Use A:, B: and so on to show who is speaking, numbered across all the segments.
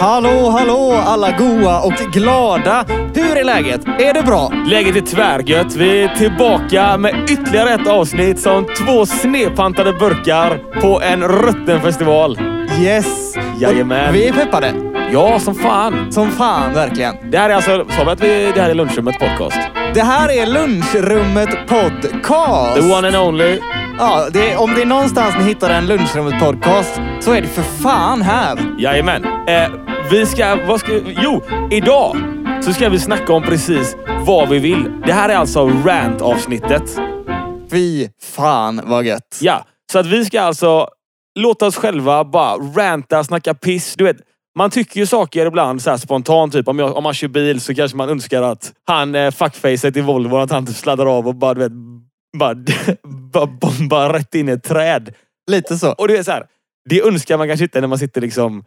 A: Hallå, hallå alla goa och glada! Hur är läget? Är det bra?
B: Läget är tvärgött. Vi är tillbaka med ytterligare ett avsnitt som två snedpantade burkar på en rutten festival.
A: Yes!
B: Jajamän.
A: Och Vi är peppade.
B: Ja, som fan.
A: Som fan, verkligen.
B: Det här är alltså, sa vi att vi, det här är lunchrummet podcast?
A: Det här är Lunchrummet Podcast.
B: The one and only.
A: Ja, det är, om det är någonstans ni hittar en Lunchrummet Podcast så är det för fan här.
B: Jajamän. Eh, vi ska, vad ska, jo, idag så ska vi snacka om precis vad vi vill. Det här är alltså rant-avsnittet.
A: Fy fan vad gött.
B: Ja, så att vi ska alltså låta oss själva bara ranta, snacka piss. Du vet, man tycker ju saker ibland så här spontant. Typ om, jag, om man kör bil så kanske man önskar att han eh, fuckfacet i Volvo, att han typ sladdar av och bara, du vet, bara, bara bombar rätt in i ett träd.
A: Lite så.
B: Och det är så här, det önskar man kanske inte när man sitter liksom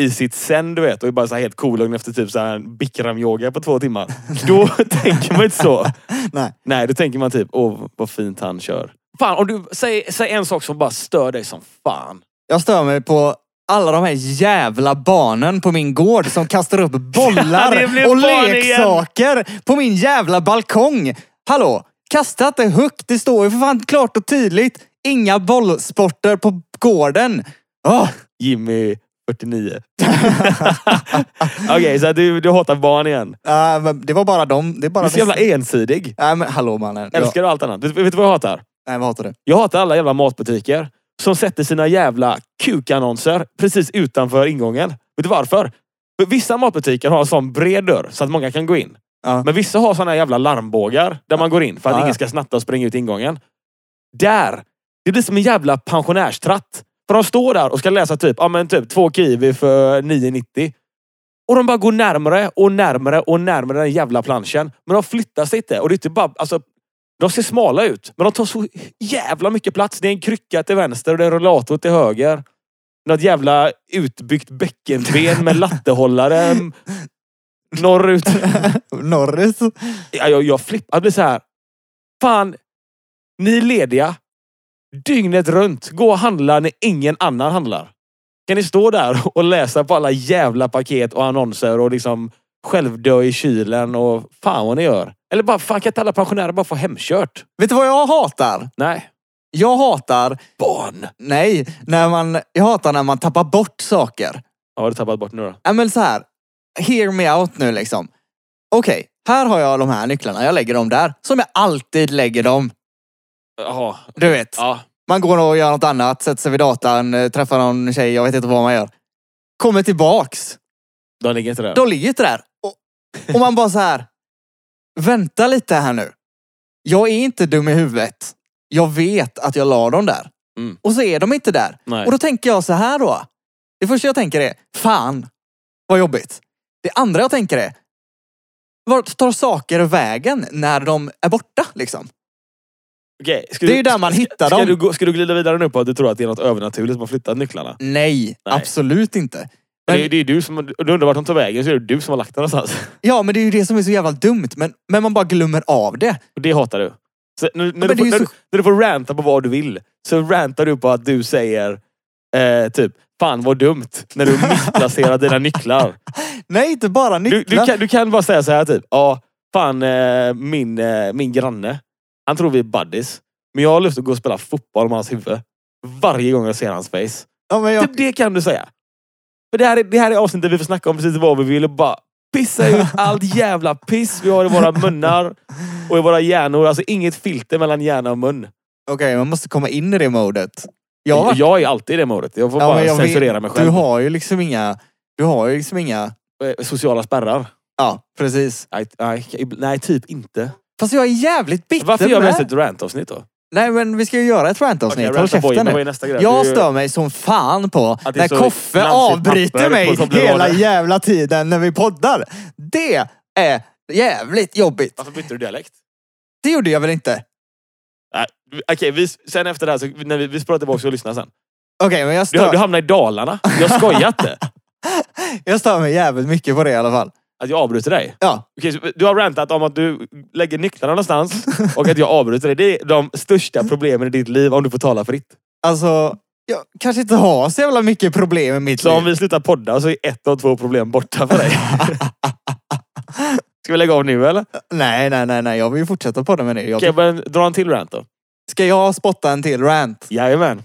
B: i sitt zen, du vet, och är bara så här helt kolugn efter typ så här en bikramyoga på två timmar. Då tänker man inte så.
A: Nej.
B: Nej, då tänker man typ, åh vad fint han kör. Fan, om du, säg, säg en sak som bara stör dig som fan.
A: Jag stör mig på alla de här jävla barnen på min gård som kastar upp bollar
B: det blev
A: och
B: barn igen.
A: leksaker på min jävla balkong. Hallå, kasta inte högt. Det står ju för fan klart och tydligt. Inga bollsporter på gården. Åh,
B: Jimmy 49. Okej, så att du, du hatar barn igen.
A: äh, men det var bara dem. Det är bara
B: Du är så jävla ensidig.
A: Nej, men hallå mannen. Jag-
B: Älskar du allt annat? Vet, vet du vad jag hatar?
A: Nej, vad hatar du?
B: Jag hatar alla jävla matbutiker som sätter sina jävla kukannonser precis utanför ingången. Vet du varför? För vissa matbutiker har en sån bred dörr så att många kan gå in.
A: Ja.
B: Men vissa har såna jävla larmbågar där man går in för att
A: Ja, ja.
B: ingen ska snatta och springa ut ingången. Där! Det blir som en jävla pensionärstratt. För de står där och ska läsa typ, ja, men typ två kiwi för 9,90. Och de bara går närmare och närmare och närmare den jävla planschen. Men de flyttar sig inte. Och det är inte bara, alltså, de ser smala ut, men de tar så jävla mycket plats. Det är en krycka till vänster och det är en rollator till höger. Något jävla utbyggt bäckenben med lattehållare norrut.
A: Norris.
B: Ja, jag, jag flippar. Jag blir så här. Fan, ni är lediga dygnet runt. Gå och handla när ingen annan handlar. Kan ni stå där och läsa på alla jävla paket och annonser och liksom självdö i kylen och fan vad ni gör. Eller bara, fan kan inte alla pensionärer bara få hemkört?
A: Vet du vad jag hatar?
B: Nej.
A: Jag hatar,
B: Barn!
A: nej, när man, jag hatar när man tappar bort saker.
B: Ja, har du tappat bort nu då?
A: Ja men så här. Hear me out nu liksom. Okej, här har jag de här nycklarna. Jag lägger dem där. Som jag alltid lägger dem.
B: Jaha.
A: Du vet.
B: Ja.
A: Man går och gör något annat. Sätter sig vid datan. eh, Träffar någon tjej. Jag vet inte vad man gör. Kommer tillbaks.
B: De ligger inte där.
A: De ligger inte där. Och, och man bara så här. Vänta lite här nu. Jag är inte dum i huvudet. Jag vet att jag la dem där.
B: Mm.
A: Och så är de inte där.
B: Nej.
A: Och då tänker jag så här då. Det första jag tänker är, fan vad jobbigt. Det andra jag tänker är, vart tar saker vägen när de är borta liksom?
B: Okej, ska
A: Det är
B: du-
A: ju där man hittar
B: ska
A: dem.
B: Du, gå- ska du glida vidare nu på att du tror att det är något övernaturligt som har flyttat nycklarna?
A: Nej, absolut inte. Men-
B: Men... Det, är- det är du som... och Du undrar vart de tar vägen, så är det du som har lagt dem någonstans.
A: Ja, men det är ju det som är så jävla dumt. Men, men man bara glömmer av det.
B: Och det hatar du. Så när, när,
A: men
B: du
A: det
B: får,
A: är ju
B: när,
A: så-
B: du- när du får ranta på vad du vill, så rantar du på att du säger eh, typ Fan vad dumt när du missplacerar dina nycklar.
A: Nej, inte bara
B: Du,
A: nycklar.
B: du, kan, du kan bara säga så här typ. Ja, fan eh, min, eh, min granne. Han tror vi är buddies. Men jag har lust att gå och spela fotboll med hans huvud. Varje gång jag ser hans face.
A: ja, men jag...
B: Typ det kan du säga. För det här är, det här är avsnittet vi får snacka om precis vad vi vill och bara pissa ut allt jävla piss vi har i våra munnar och i våra hjärnor. Alltså inget filter mellan hjärna och mun.
A: Okej, man måste komma in i det modet. Jag har
B: Jag,
A: varit-
B: jag är alltid i det modet. Jag får
A: Ja,
B: bara
A: men jag vet-
B: censurera mig
A: Du
B: själv.
A: har ju liksom inga... Du har ju liksom inga...
B: Eh, Sociala spärrar.
A: Ja, precis.
B: Nej, nej, nej, typ inte.
A: Fast jag är jävligt bitter
B: Varför gör vi
A: med.
B: ens ett rantavsnitt då?
A: Nej, men vi ska ju göra ett rantavsnitt. Håll
B: ranta på
A: käften
B: Jimmy.
A: nu.
B: Vad är nästa grej?
A: Jag
B: Du-
A: stör mig som fan på
B: Att det är
A: när
B: så
A: Koffe
B: glansigt
A: avbryter
B: papper på
A: mig
B: Toblerone.
A: hela jävla tiden när vi poddar. Det är jävligt jobbigt.
B: Varför bytte du dialekt?
A: Det gjorde jag väl inte?
B: Nej, Äh, vi- Okej, vi, sen efter det här, så, när vi, vi spolar tillbaka och lyssnar sen.
A: Okej, men jag
B: Du,
A: stör,
B: du hamnar i Dalarna. Jag skojar inte.
A: jag stör mig jävligt mycket på det i alla fall.
B: Att jag avbryter dig.
A: Ja,
B: Okej, så du har rantat om att du lägger nycklarna någonstans och att jag avbryter dig. Det är de största problemen i ditt liv om du får tala fritt.
A: alltså jag kanske inte har så jävla mycket problem i mitt
B: Så om
A: liv.
B: vi slutar podda så är ett av två problem borta för dig. Ska vi lägga av nu eller?
A: Nej, nej, nej, nej. Jag vill ju fortsätta på det med det. Jag...
B: Okej, men dra en till rant då.
A: Ska jag spotta en till rant?
B: Jajamän.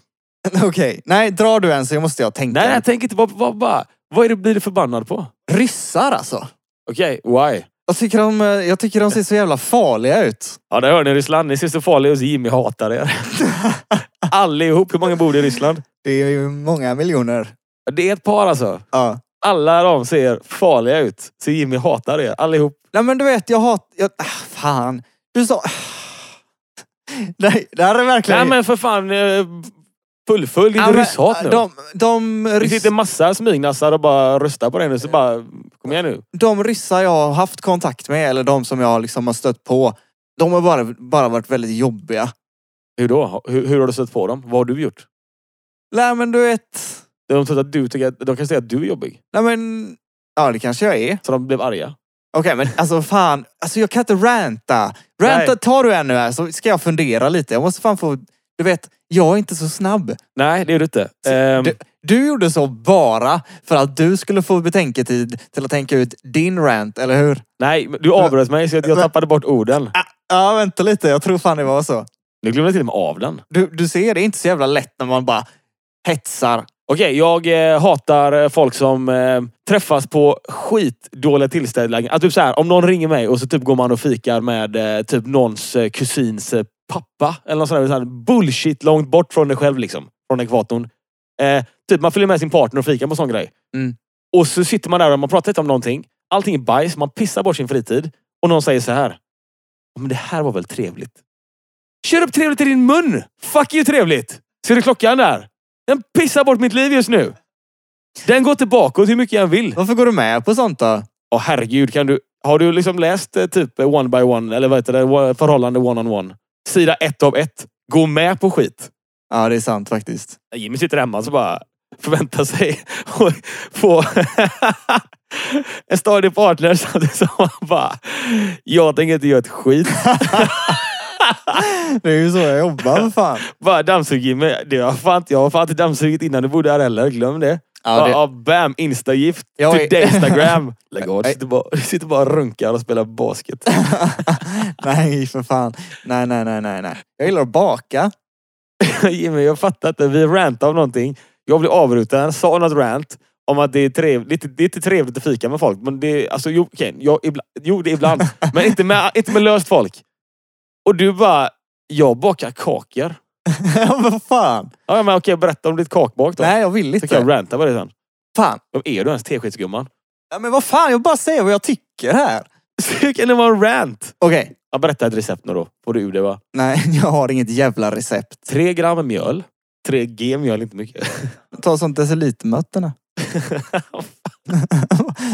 A: Okej. Nej, dra du en så måste jag tänka.
B: Nej, nej, tänk inte. Vad, vad, bara, vad är det, blir du förbannad på?
A: Ryssar alltså.
B: Okej, why?
A: Jag tycker, de, eh, jag tycker de ser så jävla farliga ut.
B: Ja, där hör ni Ryssland. Ni ser så farliga ut så Jimmy hatar er. Allihop. Hur många bor det i Ryssland?
A: Det är ju många miljoner.
B: Det är ett par alltså.
A: Ja.
B: Alla de ser farliga ut. Så Jimmy hatar er. Allihop.
A: Nej men du vet, jag har... Jag, ah, fan. Du sa... Nej, det här är verkligen...
B: Nej men för fan. eh, Fullfölj ditt
A: Ja, men,
B: rysshat nu.
A: De, de,
B: Det
A: ryss,
B: sitter massa smygnassar och bara röstar på dig nu. Så bara, kom igen nu.
A: de ryssar jag har haft kontakt med, eller de som jag liksom har stött på, de har bara, bara varit väldigt jobbiga.
B: Hur då? Hur, hur har du stött på dem? Vad har du gjort?
A: Nej men du vet...
B: De, tror att du tycker att, de kan säga att du är jobbig.
A: Nej men... Ja, det kanske jag är.
B: Så de blev arga.
A: Okej, men alltså fan. Alltså jag kan inte ranta. Ranta
B: Nej.
A: tar du en nu här så ska jag fundera lite. Jag måste fan få... Du vet, jag är inte så snabb.
B: Nej, det är du inte. Ehm,
A: Du, du gjorde så bara för att du skulle få betänketid till att tänka ut din rant, eller hur?
B: nej, men du avbröt mig så jag, jag tappade bort orden.
A: Ja, vänta lite. Jag tror fan det var så.
B: Nu glömde jag till och med av den.
A: Du, du ser, det är inte så jävla lätt när man bara hetsar.
B: Okej, jag eh, hatar eh, folk som eh, träffas på skitdåliga tillställningar. Att typ så här, om någon ringer mig och så typ går man och fikar med eh, typ någons eh, kusins eh, pappa. Eller något sånt där, så här bullshit långt bort från dig själv liksom. Från ekvatorn. Eh, typ man följer med sin partner och fikar på sån grej.
A: Mm.
B: Och så sitter man där och man pratar inte om någonting. Allting är bajs, man pissar bort sin fritid. Och någon säger så här. Men det här var väl trevligt? Kör upp trevligt i din mun! Fuck you trevligt! Ser du klockan där? Den pissar bort mitt liv just nu. Den går tillbaka hur mycket jag än vill.
A: Varför går du med på sånt då?
B: Åh herregud, kan du, har du liksom läst eh, typ eh, One by One, eller vad heter det, Wa- Förhållande One on One? Sida ett av ett. Gå med på skit.
A: Ja, det är sant faktiskt.
B: Jimmy sitter hemma och bara förväntar sig att få en stadig partner samtidigt som han bara, jag tänker inte göra ett skit.
A: Det är ju så jag jobbar, för fan.
B: Bara dammsug Jimmy. Det har fan, inte- jag har fan inte dammsugit innan du bodde här heller. Glöm det.
A: Ja,
B: Ja,
A: det-
B: ja, bam! Instagift.
A: Jag är-
B: Today Instagram. Lägg av. Du
A: Nej.
B: sitter, bara, du sitter bara och runkar och spelar basket.
A: nej, för fan. Nej, nej, nej, nej, nej. Jag gillar att baka.
B: Jimmy, jag fattar inte. Vi rantar om någonting. Jag blev avbruten. Sa något rant. Om att det är, trev, lite, det är inte trevligt att fika med folk. Men det är, alltså, jo, okej, jag, ibland, jo, det är ibland. men inte med, inte med löst folk. Och du bara, jag bakar kakor.
A: Ja, Vad fan?
B: Ja, men okej, berätta om ditt kakbak då.
A: Nej, jag vill
B: Så kan jag
A: inte.
B: ranta på det sen.
A: Fan.
B: Vem är du ens, teskedsgumman?
A: Ja, men vad fan, jag bara säger vad jag tycker här.
B: Hur kan det vara en rant?
A: Okej.
B: Ja, berätta ett recept nu då. Får du ur det va?
A: Nej, jag har inget jävla recept.
B: Tre gram mjöl. 3 g mjöl, inte mycket.
A: Ta sånt decilitermötterna.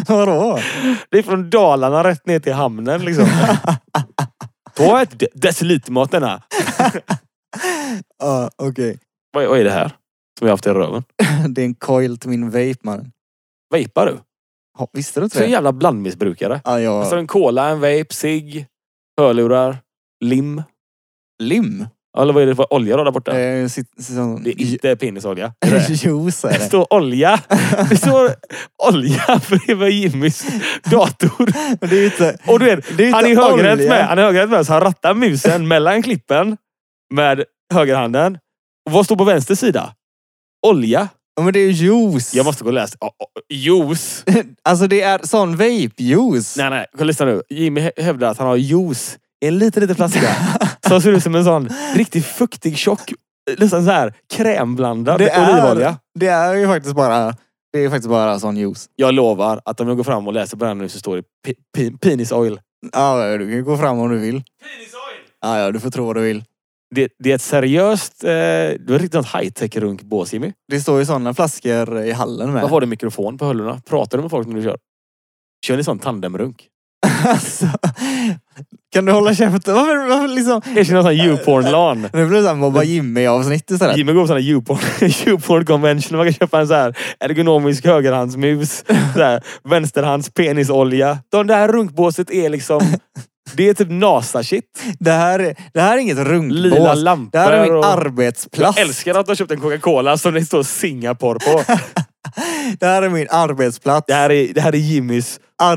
A: Vadå?
B: Det är från Dalarna rätt ner till hamnen liksom. Ta ett de- decilitermått den här.
A: Ja, okej.
B: Vad, är- vad är det här? Som jag haft i röven.
A: Det är en coil till min vape, man.
B: Vejpar du?
A: Ja, Visste du inte
B: Så en
A: det?
B: jävla blandmissbrukare.
A: Ja,
B: Alltså
A: jag...
B: en cola, en vape, cigg, hörlurar, lim.
A: Lim?
B: Eller vad är det för olja då där borta?
A: Eh, sit- sån-
B: Det är inte pinnesolja. Det är-
A: Juice är
B: Det
A: det.
B: står olja. Det står olja bredvid Jimmys dator.
A: Men det är ju inte...
B: Och du vet,
A: Det är
B: han är
A: inte
B: högerhänt
A: olja.
B: med. Han är högerhänt med, så han rattar musen mellan klippen med högerhanden. Och vad står på vänster sida? Olja.
A: Ja, men det är ju juice.
B: Jag måste gå och läsa. Oh, oh, juice.
A: Alltså det är sån vape-juice.
B: Nej, nej. Kolla, lyssna nu. Jimmy hä- hävdar att han har juice i en liten, liten flaska. Som ser ut som en sån riktigt fuktig, tjock, nästan så här krämblandad
A: Det är-
B: olivolja.
A: Det är ju faktiskt bara... Det är faktiskt bara sån juice.
B: Jag lovar att om jag går fram och läser på den nu så står det pi- pi- penis oil.
A: Ja, ja, du kan ju gå fram om du vill.
B: Penis oil?
A: Ja, ja, du får tro vad du vill.
B: Det, det är ett seriöst... Eh, du har riktigt något high-tech runkbås Jimmy.
A: Det står ju såna flaskor i hallen med.
B: Varför har du mikrofon på hörlurarna? Pratar du med folk när du kör? Kör ni sån tandemrunk?
A: Alltså, kan du hålla käften? Varför, varför liksom...
B: Jag kör någon sån U-porn-lan.
A: Nu blir det såhär Mobba Jimmy-avsnitt istället.
B: Jimmy går på sån här U-porn- U-porn convention. Man kan köpa en så här ergonomisk högerhandsmus. Så här, vänsterhands penisolja. De där runkbåset är liksom Det är typ NASA-shit.
A: Det här, det här är inget
B: Lila
A: runkbås.
B: lampor.
A: Det här är min
B: och...
A: arbetsplats.
B: Älskar att du har köpt en Coca-Cola som det står Singapore på.
A: Det här är min arbetsplats.
B: Det här är, det här är Jimmys,
A: Ar...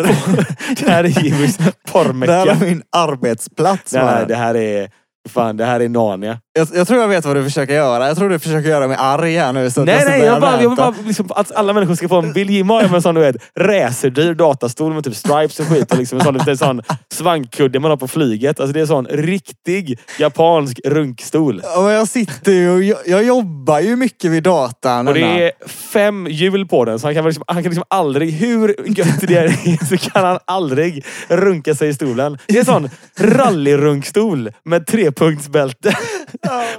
B: det här är Jimmys
A: det här är
B: porrmecka.
A: min arbetsplats.
B: Nej,
A: mannen.
B: det här är... Fan, det här är Narnia.
A: Jag, jag tror jag vet vad du försöker göra. Jag tror du försöker göra mig arg här nu. Så att
B: Nej,
A: ska
B: nej,
A: börja
B: jag bara, jag vill
A: ränta.
B: bara liksom, att alla människor ska få en Bill Jimma med en sån du vet, racerdyr datastol med typ stripes och skit. Och liksom en sån, det är en sån svankkudde man har på flyget. Alltså det är en sån riktig japansk runkstol.
A: Ja, men jag sitter ju och jag, jag jobbar ju mycket vid datan.
B: Och
A: Anna.
B: det är fem hjul på den, så han kan, väl liksom, han kan liksom aldrig, hur gött det är, så kan han aldrig runka sig i stolen. Det är en sån rallyrunkstol med trepunktsbälte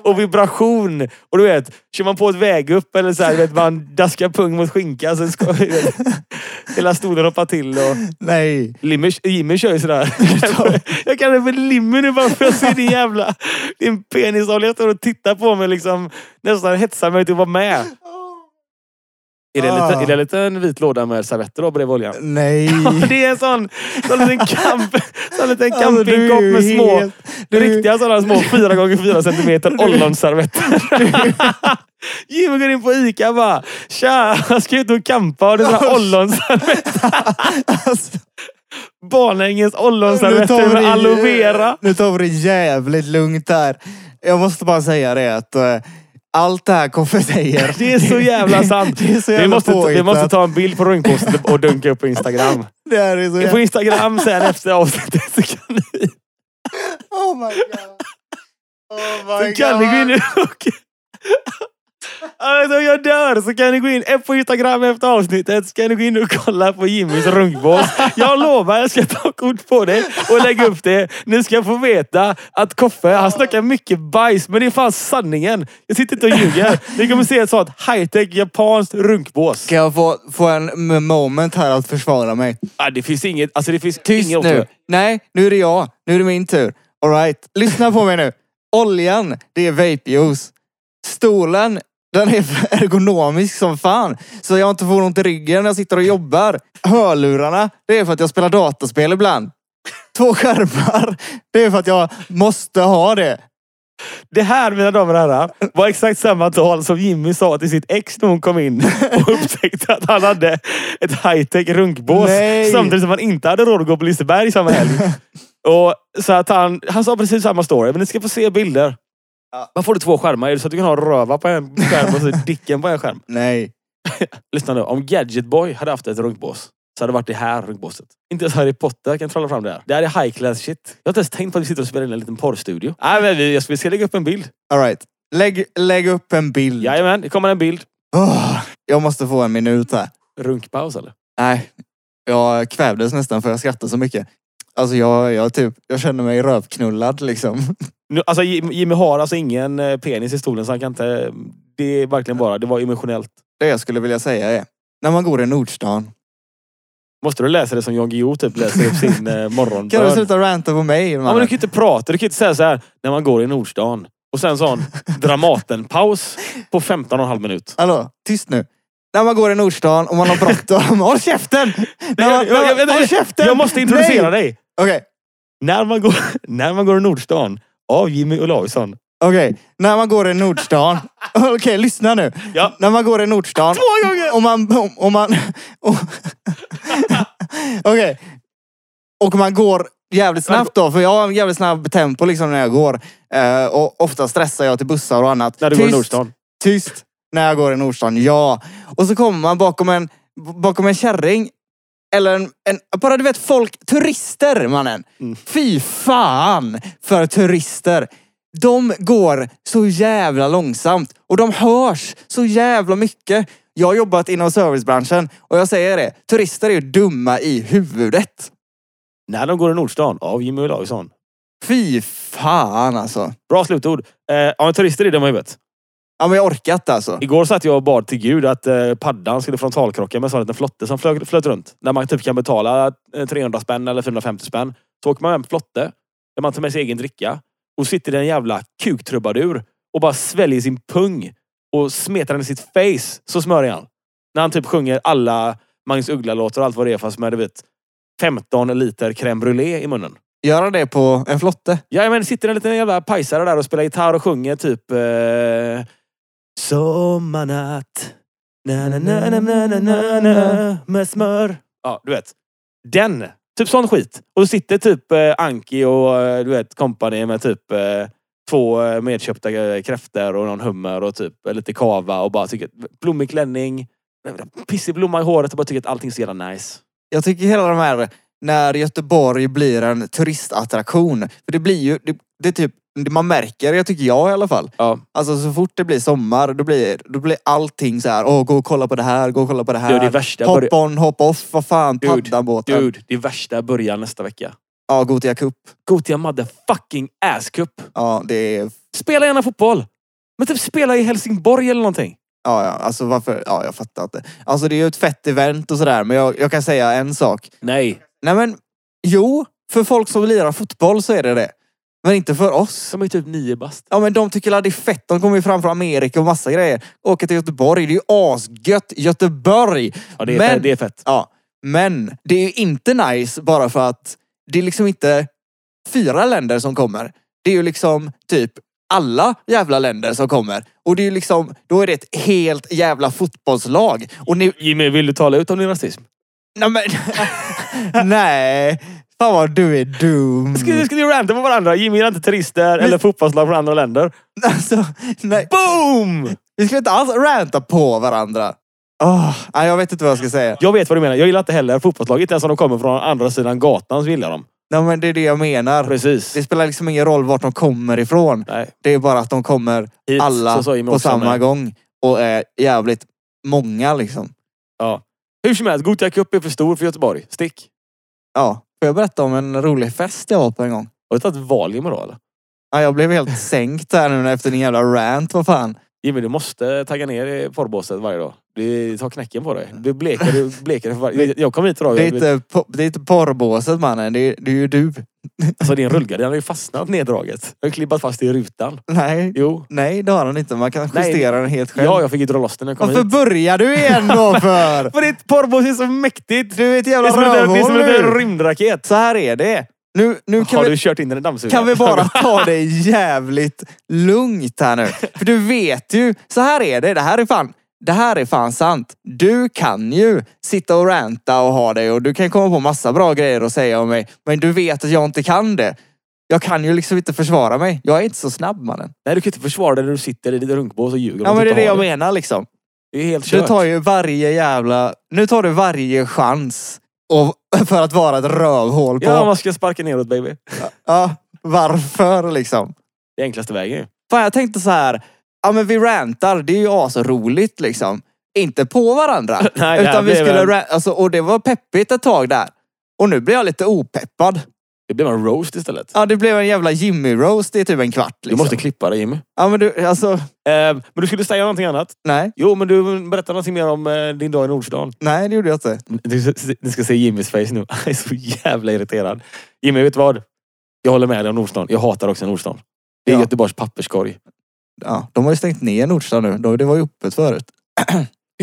B: och vibration. Och du vet, kör man på ett vägupp eller så här, du vet, man daskar pung mot skinka så ska, du vet, hela stolen hoppar till. Och
A: Nej.
B: Limmy, Jimmy kör ju sådär. jag kallar det för Limmy nu bara för att se din jävla... Din penisolja står och tittar på mig liksom. Nästan hetsar mig till att vara med. Är det,
A: Ah.
B: lite, är det en liten vit låda med servetter då bredvid oljan?
A: Nej.
B: Det är en sån, sån liten, camp, sån liten
A: Alltså,
B: campingkopp
A: du är
B: med små,
A: helt- du-
B: riktiga sådana små 4x4 cm ollonservetter. Jimmy går in på Ica och bara, tja, jag ska ut och campa och det är såna ollonservetter.
A: Alltså,
B: Barnängens
A: nu tar
B: ollonservetter
A: vi
B: med
A: det-
B: aloe vera.
A: Nu tar vi det jävligt lugnt här. Jag måste bara säga det att eh, allt det här Koffe säger.
B: Det är så jävla sant.
A: Det är så jävla
B: vi, måste, vi
A: påhittat.
B: måste ta en bild på runkposten och dunka upp på Instagram.
A: Det här är så
B: På
A: jävla...
B: Instagram sen efter avsnittet så kan ni,
A: Oh my god. Oh my
B: så kan ni gå in
A: god.
B: och... Alltså jag dör! Så kan ni gå in eh, på Instagram efter avsnittet så kan ni gå in och kolla på Jimmys runkbås. Jag lovar, jag ska ta kort på det och lägga upp det. Ni ska få veta att Koffe, han snackar mycket bajs men det är fan sanningen. Jag sitter inte och ljuger. Ni kommer se ett sånt high-tech japanskt runkbås.
A: Ska jag få, få en m- moment här att försvara mig?
B: Ah, det finns inget... Alltså det finns
A: Tyst
B: inget
A: nu. Nej, nu är det jag. Nu är det min tur. All right. Lyssna på mig nu. Oljan, det är vapejuice. Stolen, den är ergonomisk som fan. Så jag inte får ont i ryggen när jag sitter och jobbar. Hörlurarna, det är för att jag spelar dataspel ibland. Två skärmar, det är för att jag måste ha det.
B: Det här, mina damer och herrar, var exakt samma tal som Jimmy sa till sitt ex när hon kom in och upptäckte att han hade ett high-tech runkbås.
A: Nej.
B: Samtidigt som han inte hade råd att gå på Liseberg samma helg. Och så att han, han sa precis samma story, men ni ska få se bilder.
A: Ja.
B: Man får du två skärmar. Är det så att du kan ha röva på en skärm och så dicken på en skärm?
A: Nej.
B: Lyssna nu, om Gadgetboy hade haft ett runkbås så hade det varit det här runkbåset. Inte ens Harry Potter kan trolla fram det här. Det här är high class shit. Jag har inte ens tänkt på att vi sitter och spelar in en liten porrstudio. Nej, men vi, vi ska lägga upp en bild.
A: All right. Lägg, lägg upp en bild.
B: Jajamän, det kommer en bild.
A: Åh, jag måste få en minut här.
B: Runkpaus eller?
A: Nej, jag kvävdes nästan för jag skrattade så mycket. Alltså jag, jag, typ, jag känner mig rövknullad liksom.
B: Nu, alltså, Jim- Jimmy har alltså ingen eh, penis i stolen så han kan inte... Det är verkligen bara, det var emotionellt.
A: Det jag skulle vilja säga är, när man går i Nordstan.
B: Måste du läsa det som Jan Guillou typ läser upp sin eh,
A: Kan du
B: morgonbön?
A: sluta ranta på mig?
B: Ja, men du
A: mannen?
B: kan ju inte prata. Du kan ju inte säga så här när man går i Nordstan. Och sen sån Dramaten-paus på 15,5 minut.
A: Hallå, tyst nu. När man går i Nordstan och man har bråttom. Håll käften! När man,
B: jag- jag- jag-
A: när man- håll käften!
B: Jag måste introducera dig!
A: Okej,
B: När man går, när man går i Nordstan av Jimmy Olausson.
A: okej. När man går i Nordstan. Okej, lyssna nu.
B: Ja.
A: När man går i Nordstan.
B: Två gånger!
A: Om man... Om, om man om- Okej. Och man går jävligt snabbt då, för jag har en jävligt snabb tempo liksom när jag går. Eh, och ofta stressar jag till bussar och annat.
B: När du går i Nordstan.
A: Tyst! När jag går i Nordstan, ja. Och så kommer man bakom en, bakom en kärring. Eller en, en, bara du vet folk, turister mannen.
B: Mm.
A: Fy fan för turister. De går så jävla långsamt och de hörs så jävla mycket. Jag har jobbat inom servicebranschen och jag säger det, turister är ju dumma i huvudet.
B: När de går i Nordstan av Jimmy Olausson.
A: Fy fan alltså.
B: Bra slutord. Eh, ja, men turister är dumma i huvudet.
A: Ja men jag orkat alltså.
B: Igår satt jag och bad till gud att eh, paddan skulle frontalkrocka med en sån liten flotte som flög, flöt runt. Där man typ kan betala eh, 300 spänn eller 450 spänn. Så åker man med en flotte där man tar med sig egen dricka och sitter i en jävla kuktrubadur och bara sväljer sin pung och smetar den i sitt face så smörig han. När han typ sjunger alla Magnus Uggla-låtar och allt vad det är fast med du vet 15 liter crème brûlée i munnen.
A: göra det på en flotte.
B: Ja, men sitter en liten jävla pajsare där och spelar gitarr och sjunger typ... Eh, Sommarnatt. Na, na, na, na, na, na, na, na, med smör. Ja, du vet. Den. Typ sån skit. Och så sitter typ eh, Anki och eh, du vet kompani med typ eh, två eh, medköpta eh, kräftor och någon hummer och typ eh, lite kava och bara tycker... Blommig klänning. Pissig blomma i håret och bara tycker att allting är så jävla nice.
A: Jag tycker hela de här när Göteborg blir en turistattraktion. För det blir ju, det, det är typ, det man märker, jag tycker jag i alla fall.
B: Ja.
A: Alltså så fort det blir sommar, då blir, då blir allting så här. Åh, gå och kolla på det här, gå och kolla på det här.
B: Det, det värsta
A: Hop
B: börjar...
A: on, hop off, vad fan,
B: Dude,
A: paddabåten.
B: Dude, det värsta börjar nästa vecka.
A: Ja, Gothia Cup.
B: Gothia motherfucking ass cup.
A: Ja, det är...
B: Spela gärna fotboll. Men typ spela i Helsingborg eller någonting.
A: Ja, ja, alltså varför? Ja, jag fattar inte. Alltså det är ju ett fett event och sådär, men jag, jag kan säga en sak.
B: Nej.
A: Nej men, jo, för folk som lirar fotboll så är det det. Men inte för oss.
B: Som är typ nio bast.
A: Ja men de tycker att det är fett. De kommer ju fram från Amerika och massa grejer. Åka till Göteborg, det är ju asgött. Göteborg!
B: Ja, det är,
A: Men-
B: fett, det är fett.
A: Ja, men det är ju inte nice bara för att det är liksom inte fyra länder som kommer. Det är ju liksom typ alla jävla länder som kommer. Och det är ju liksom, då är det ett helt jävla fotbollslag. Och ni,
B: Jimmy, vill du tala ut om din rasism?
A: nej men, nej. Fan vad du är dum.
B: Skulle, skulle vi ranta på varandra? Jimmy är inte turister eller fotbollslag från andra länder.
A: Alltså, nej.
B: Boom!
A: Vi ska inte alls ranta på varandra. Åh, nej, jag vet inte vad jag ska säga.
B: Jag vet vad du menar. Jag gillar inte heller fotbollslag. Inte ens om de kommer från andra sidan gatan så gillar jag dem.
A: Nej, men det är det jag menar.
B: Precis.
A: Det spelar liksom ingen roll vart de kommer ifrån.
B: Nej.
A: Det är bara att de kommer
B: Hit,
A: alla
B: så sa Jimmy
A: på
B: också
A: samma
B: med.
A: gång och är jävligt många liksom.
B: Ja. Hur som helst, Gothia Cup är för stor för Göteborg. Stick.
A: Ja, får jag berätta om en rolig fest jag var på en gång?
B: Har du tagit Valium idag eller?
A: Ja, jag blev helt sänkt här nu efter din jävla rant, vad fan.
B: Jimmy, du måste tagga ner i porrbåset varje dag. Det tar knäcken på dig. Du blekar, du blekar för varje... Jag kom hit idag och
A: Det är
B: jag-
A: inte, po- det är inte porrbåset mannen, det är, det är ju du.
B: alltså, din rullgardin har ju fastnat neddraget. Jag har klibbat fast i rutan.
A: Nej,
B: Jo.
A: nej det har han inte. Man kan
B: Nej.
A: justera den helt själv.
B: Ja, jag fick ju dra loss den när jag kom
A: Varför
B: hit.
A: börjar du igen då för?
B: För ditt porrbås är så mäktigt!
A: Du är ett
B: Det
A: jävla
B: är som en, det är
A: rövhål
B: som en liten
A: nu.
B: rymdraket.
A: Så här är det. Nu, nu kan
B: Har
A: vi
B: du kört in den i dammsugaren?
A: kan vi bara ta det jävligt lugnt här nu? För du vet ju, så här är det. Det här är fan, det här är fan sant. Du kan ju sitta och ranta och ha det och du kan komma på massa bra grejer och säga om mig. Men du vet att jag inte kan det. Jag kan ju liksom inte försvara mig. Jag är inte så snabb mannen.
B: Nej, du kan inte försvara dig när du sitter i ditt runkbås och ljuger. om
A: Ja
B: att
A: men
B: du
A: det är
B: inte
A: det
B: har
A: jag menar liksom.
B: Det är helt
A: Du
B: kört.
A: tar ju varje jävla... Nu tar du varje chans och, för att vara ett rövhål på...
B: Ja, man ska sparka neråt baby.
A: ja, varför liksom?
B: Det är enklaste vägen ju.
A: Fan, jag tänkte så här. Ja, men vi rantar. Det är ju asroligt liksom. Inte på varandra.
B: Nej, det här
A: utan vi
B: blir
A: skulle
B: väl-
A: ra- alltså, Och det var peppigt ett tag där. Och nu blir jag lite opeppad.
B: Det blir en roast istället.
A: Ja, det blev en jävla Jimmy-roast i typ en kvart.
B: Du
A: Liksom.
B: måste klippa dig Jimmy. Eh,
A: Ja, men du, alltså.
B: men du skulle säga någonting annat.
A: Nej,
B: Jo, men du berättade någonting mer om eh, din dag i Nordstan.
A: nej, det gjorde jag inte.
B: Du, du ska se Jimmys face nu. Han är så jävla irriterad. Jimmy, vet du vad? Jag håller med dig om Nordstan. Jag hatar också Nordstan. Det är
A: Ja.
B: Göteborgs papperskorg.
A: Ja, de har ju stängt ner Nordstan nu. De- Det var ju öppet förut.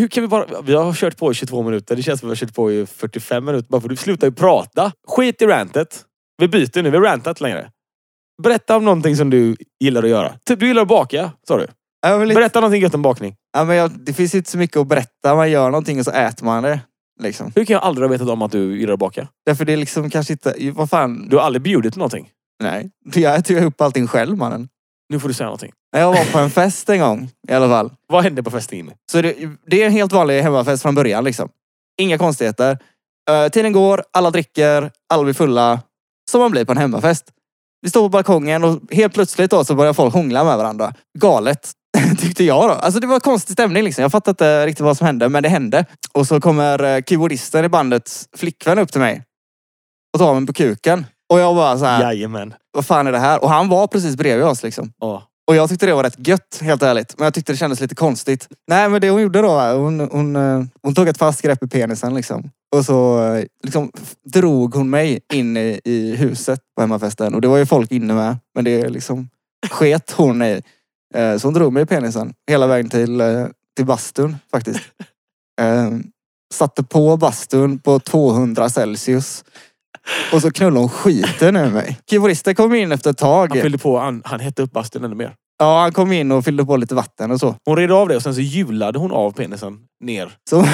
B: Hur kan vi bara... Vi har kört på i 22 minuter. Det känns som vi har kört på i 45 minuter. Bara för du slutar ju prata. Skit i rantet. Vi byter nu. Vi rantar inte längre. Berätta om någonting som du gillar att göra. Typ, du gillar att baka, sa du.
A: Jag vill inte,
B: Berätta någonting gött om bakning.
A: ja, men jag, det finns inte så mycket att berätta. Man gör någonting och så äter man det. Liksom.
B: Hur kan jag aldrig ha vetat om att du gillar att baka?
A: Därför det är liksom kanske inte... Vad fan?
B: Du har aldrig bjudit på någonting.
A: Nej. Jag äter ju upp allting själv mannen.
B: Nu får du säga någonting.
A: När jag var på en fest en gång i alla fall.
B: Vad hände på festen Jimmy?
A: Så det, det är en helt vanlig hemmafest från början liksom. Inga konstigheter. Eh, tiden går, alla dricker, alla blir fulla. Som man blir på en hemmafest. Vi står på balkongen och helt plötsligt då så börjar folk hångla med varandra. Galet. Tyckte jag då. Alltså det var konstig stämning liksom. Jag fattade inte riktigt vad som hände, men det hände. Och så kommer eh, keyboardisten i bandets flickvän upp till mig. Och tar mig på kuken. Och jag bara så här,
B: Jajamän.
A: vad fan är det här? Och han var precis bredvid oss liksom.
B: Ja.
A: Och jag tyckte det var rätt gött, helt ärligt. Men jag tyckte det kändes lite konstigt. Nej, men det hon gjorde då, hon, hon, eh, hon tog ett fast grepp i penisen liksom. Och så eh, liksom, f- drog hon mig in i, i huset på hemmafesten. Och det var ju folk inne med. Men det liksom sket hon i. Eh, Så hon drog mig i penisen hela vägen till, eh, till bastun faktiskt. Eh, Satte på bastun på 200 Celsius. Och så knullade hon skiten ur mig. Keyboardisten kom in efter ett
B: Han
A: tag.
B: fyllde på, han, han hette upp bastun ännu mer.
A: Ja, han kom in och fyllde på lite vatten och så.
B: Hon red av det och sen så hjulade hon av penisen ner.
A: Så,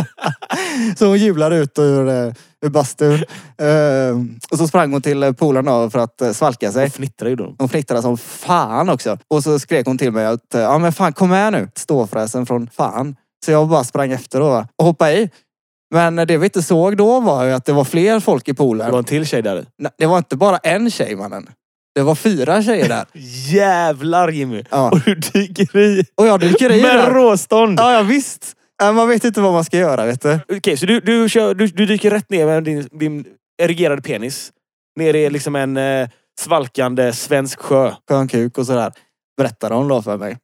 A: så hon jublade ut ur, eh, ur bastun. Eh, och så sprang hon till eh, polaren då för att eh, svalka sig.
B: Och fnittrade gjorde hon.
A: Hon fnittrade som fan också. Och så skrek hon till mig att eh, ja men fan kom med nu. Ståfräsen från fan. Så jag bara sprang efter då va, och hoppade i. Men eh, det vi inte såg då var ju att det var fler folk i
B: Det
A: poolen.
B: var en till tjej där i.
A: Nej, Det var inte bara en tjej mannen. Det var fyra tjejer där.
B: Jävlar Jimmy!
A: Ja.
B: Och du dyker i
A: Och jag Ah. dyker i
B: med
A: där. Ah.
B: råstånd.
A: Ja, ja visst. Ja, Man vet inte vad man ska göra vet du.
B: Okej, så du, du, kör, du, du dyker rätt ner med din, din erigerade penis. Ner i liksom en eh, svalkande svensk sjö. Okej,
A: Skön kuk och sådär. Berättade hon då för mig.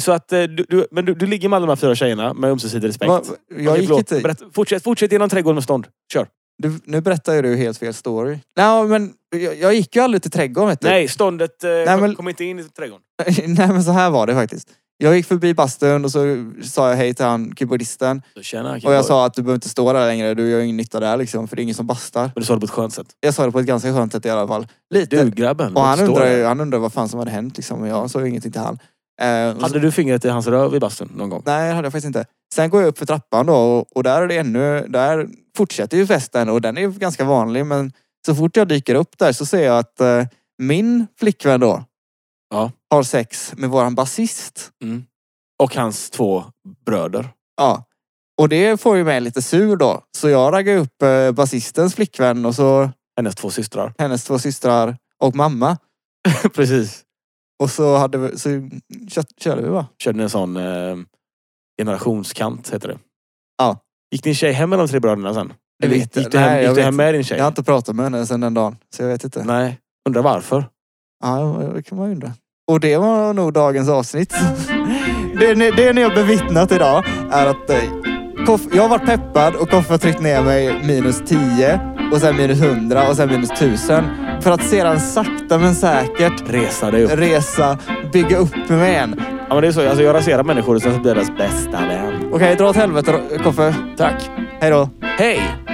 B: så att eh, du, du, men du, du ligger med alla de här fyra tjejerna med ömsesidig respekt.
A: Va, jag
B: Okej,
A: gick
B: förlåt.
A: inte...
B: Berätta, fortsätt, fortsätt genom trädgården med stånd. Kör.
A: Du, nu berättar ju du helt fel story. Nej, men jag, jag gick ju aldrig till trädgården vet du.
B: Nej, ståndet eh, kom,
A: men-
B: kom inte in i trädgården.
A: Nej men så här var det faktiskt. Jag gick förbi bastun och så sa jag hej till han keyboardisten.
B: Så, tjena,
A: Och jag
B: killboy.
A: sa att du behöver inte stå där längre, du gör ingen nytta där liksom. För det är ingen som bastar.
B: Men du sa det på ett skönt sätt.
A: Jag sa det på ett ganska skönt sätt i alla fall. Lite.
B: Du grabben,
A: och han
B: står
A: undrade,
B: där.
A: ju- han undrade vad fan som hade hänt liksom. Och jag sa ju ingenting till han. Eh, och så,
B: Hade du fingret i hans röv i bastun någon gång?
A: nej det hade jag faktiskt inte. Sen går jag upp för trappan då och, och där är det ännu, där fortsätter ju festen och den är ju ganska vanlig. Men så fort jag dyker upp där så ser jag att eh, min flickvän då
B: Ja.
A: har sex med våran basist.
B: Och hans två bröder.
A: Ja. Och det får ju mig lite sur då. Så jag raggar upp eh, basistens flickvän och så
B: Hennes två systrar.
A: hennes två systrar och mamma.
B: Precis.
A: Och så, hade vi, så kö- körde vi va?
B: Körde en sån eh, generationskant, heter det.
A: Ja.
B: Gick din tjej hem med de tre bröderna sen?
A: Jag
B: Eller
A: vet
B: gick, gick
A: inte.
B: du hem,
A: Nej, jag
B: gick du
A: vet
B: hem med din tjej?
A: Jag har inte pratat med henne sedan den dagen. Så jag vet inte.
B: Nej. Undrar varför?
A: Ja, det kan man ju undra. Och det var nog dagens avsnitt. Det, ni- det ni har bevittnat idag är att eh, Koff, jag har varit peppad och Koffe har tryckt ner mig minus 10 och sen minus 100 och sen minus 1000. För att sedan sakta men säkert
B: Resa dig upp.
A: resa, bygga upp med mig igen.
B: Ja, men det är så. Alltså, jag raserar människor och sen så blir jag deras bästa vän.
A: Okej, dra åt helvete då, Koffe.
B: Tack.
A: Hej då.
B: Hej!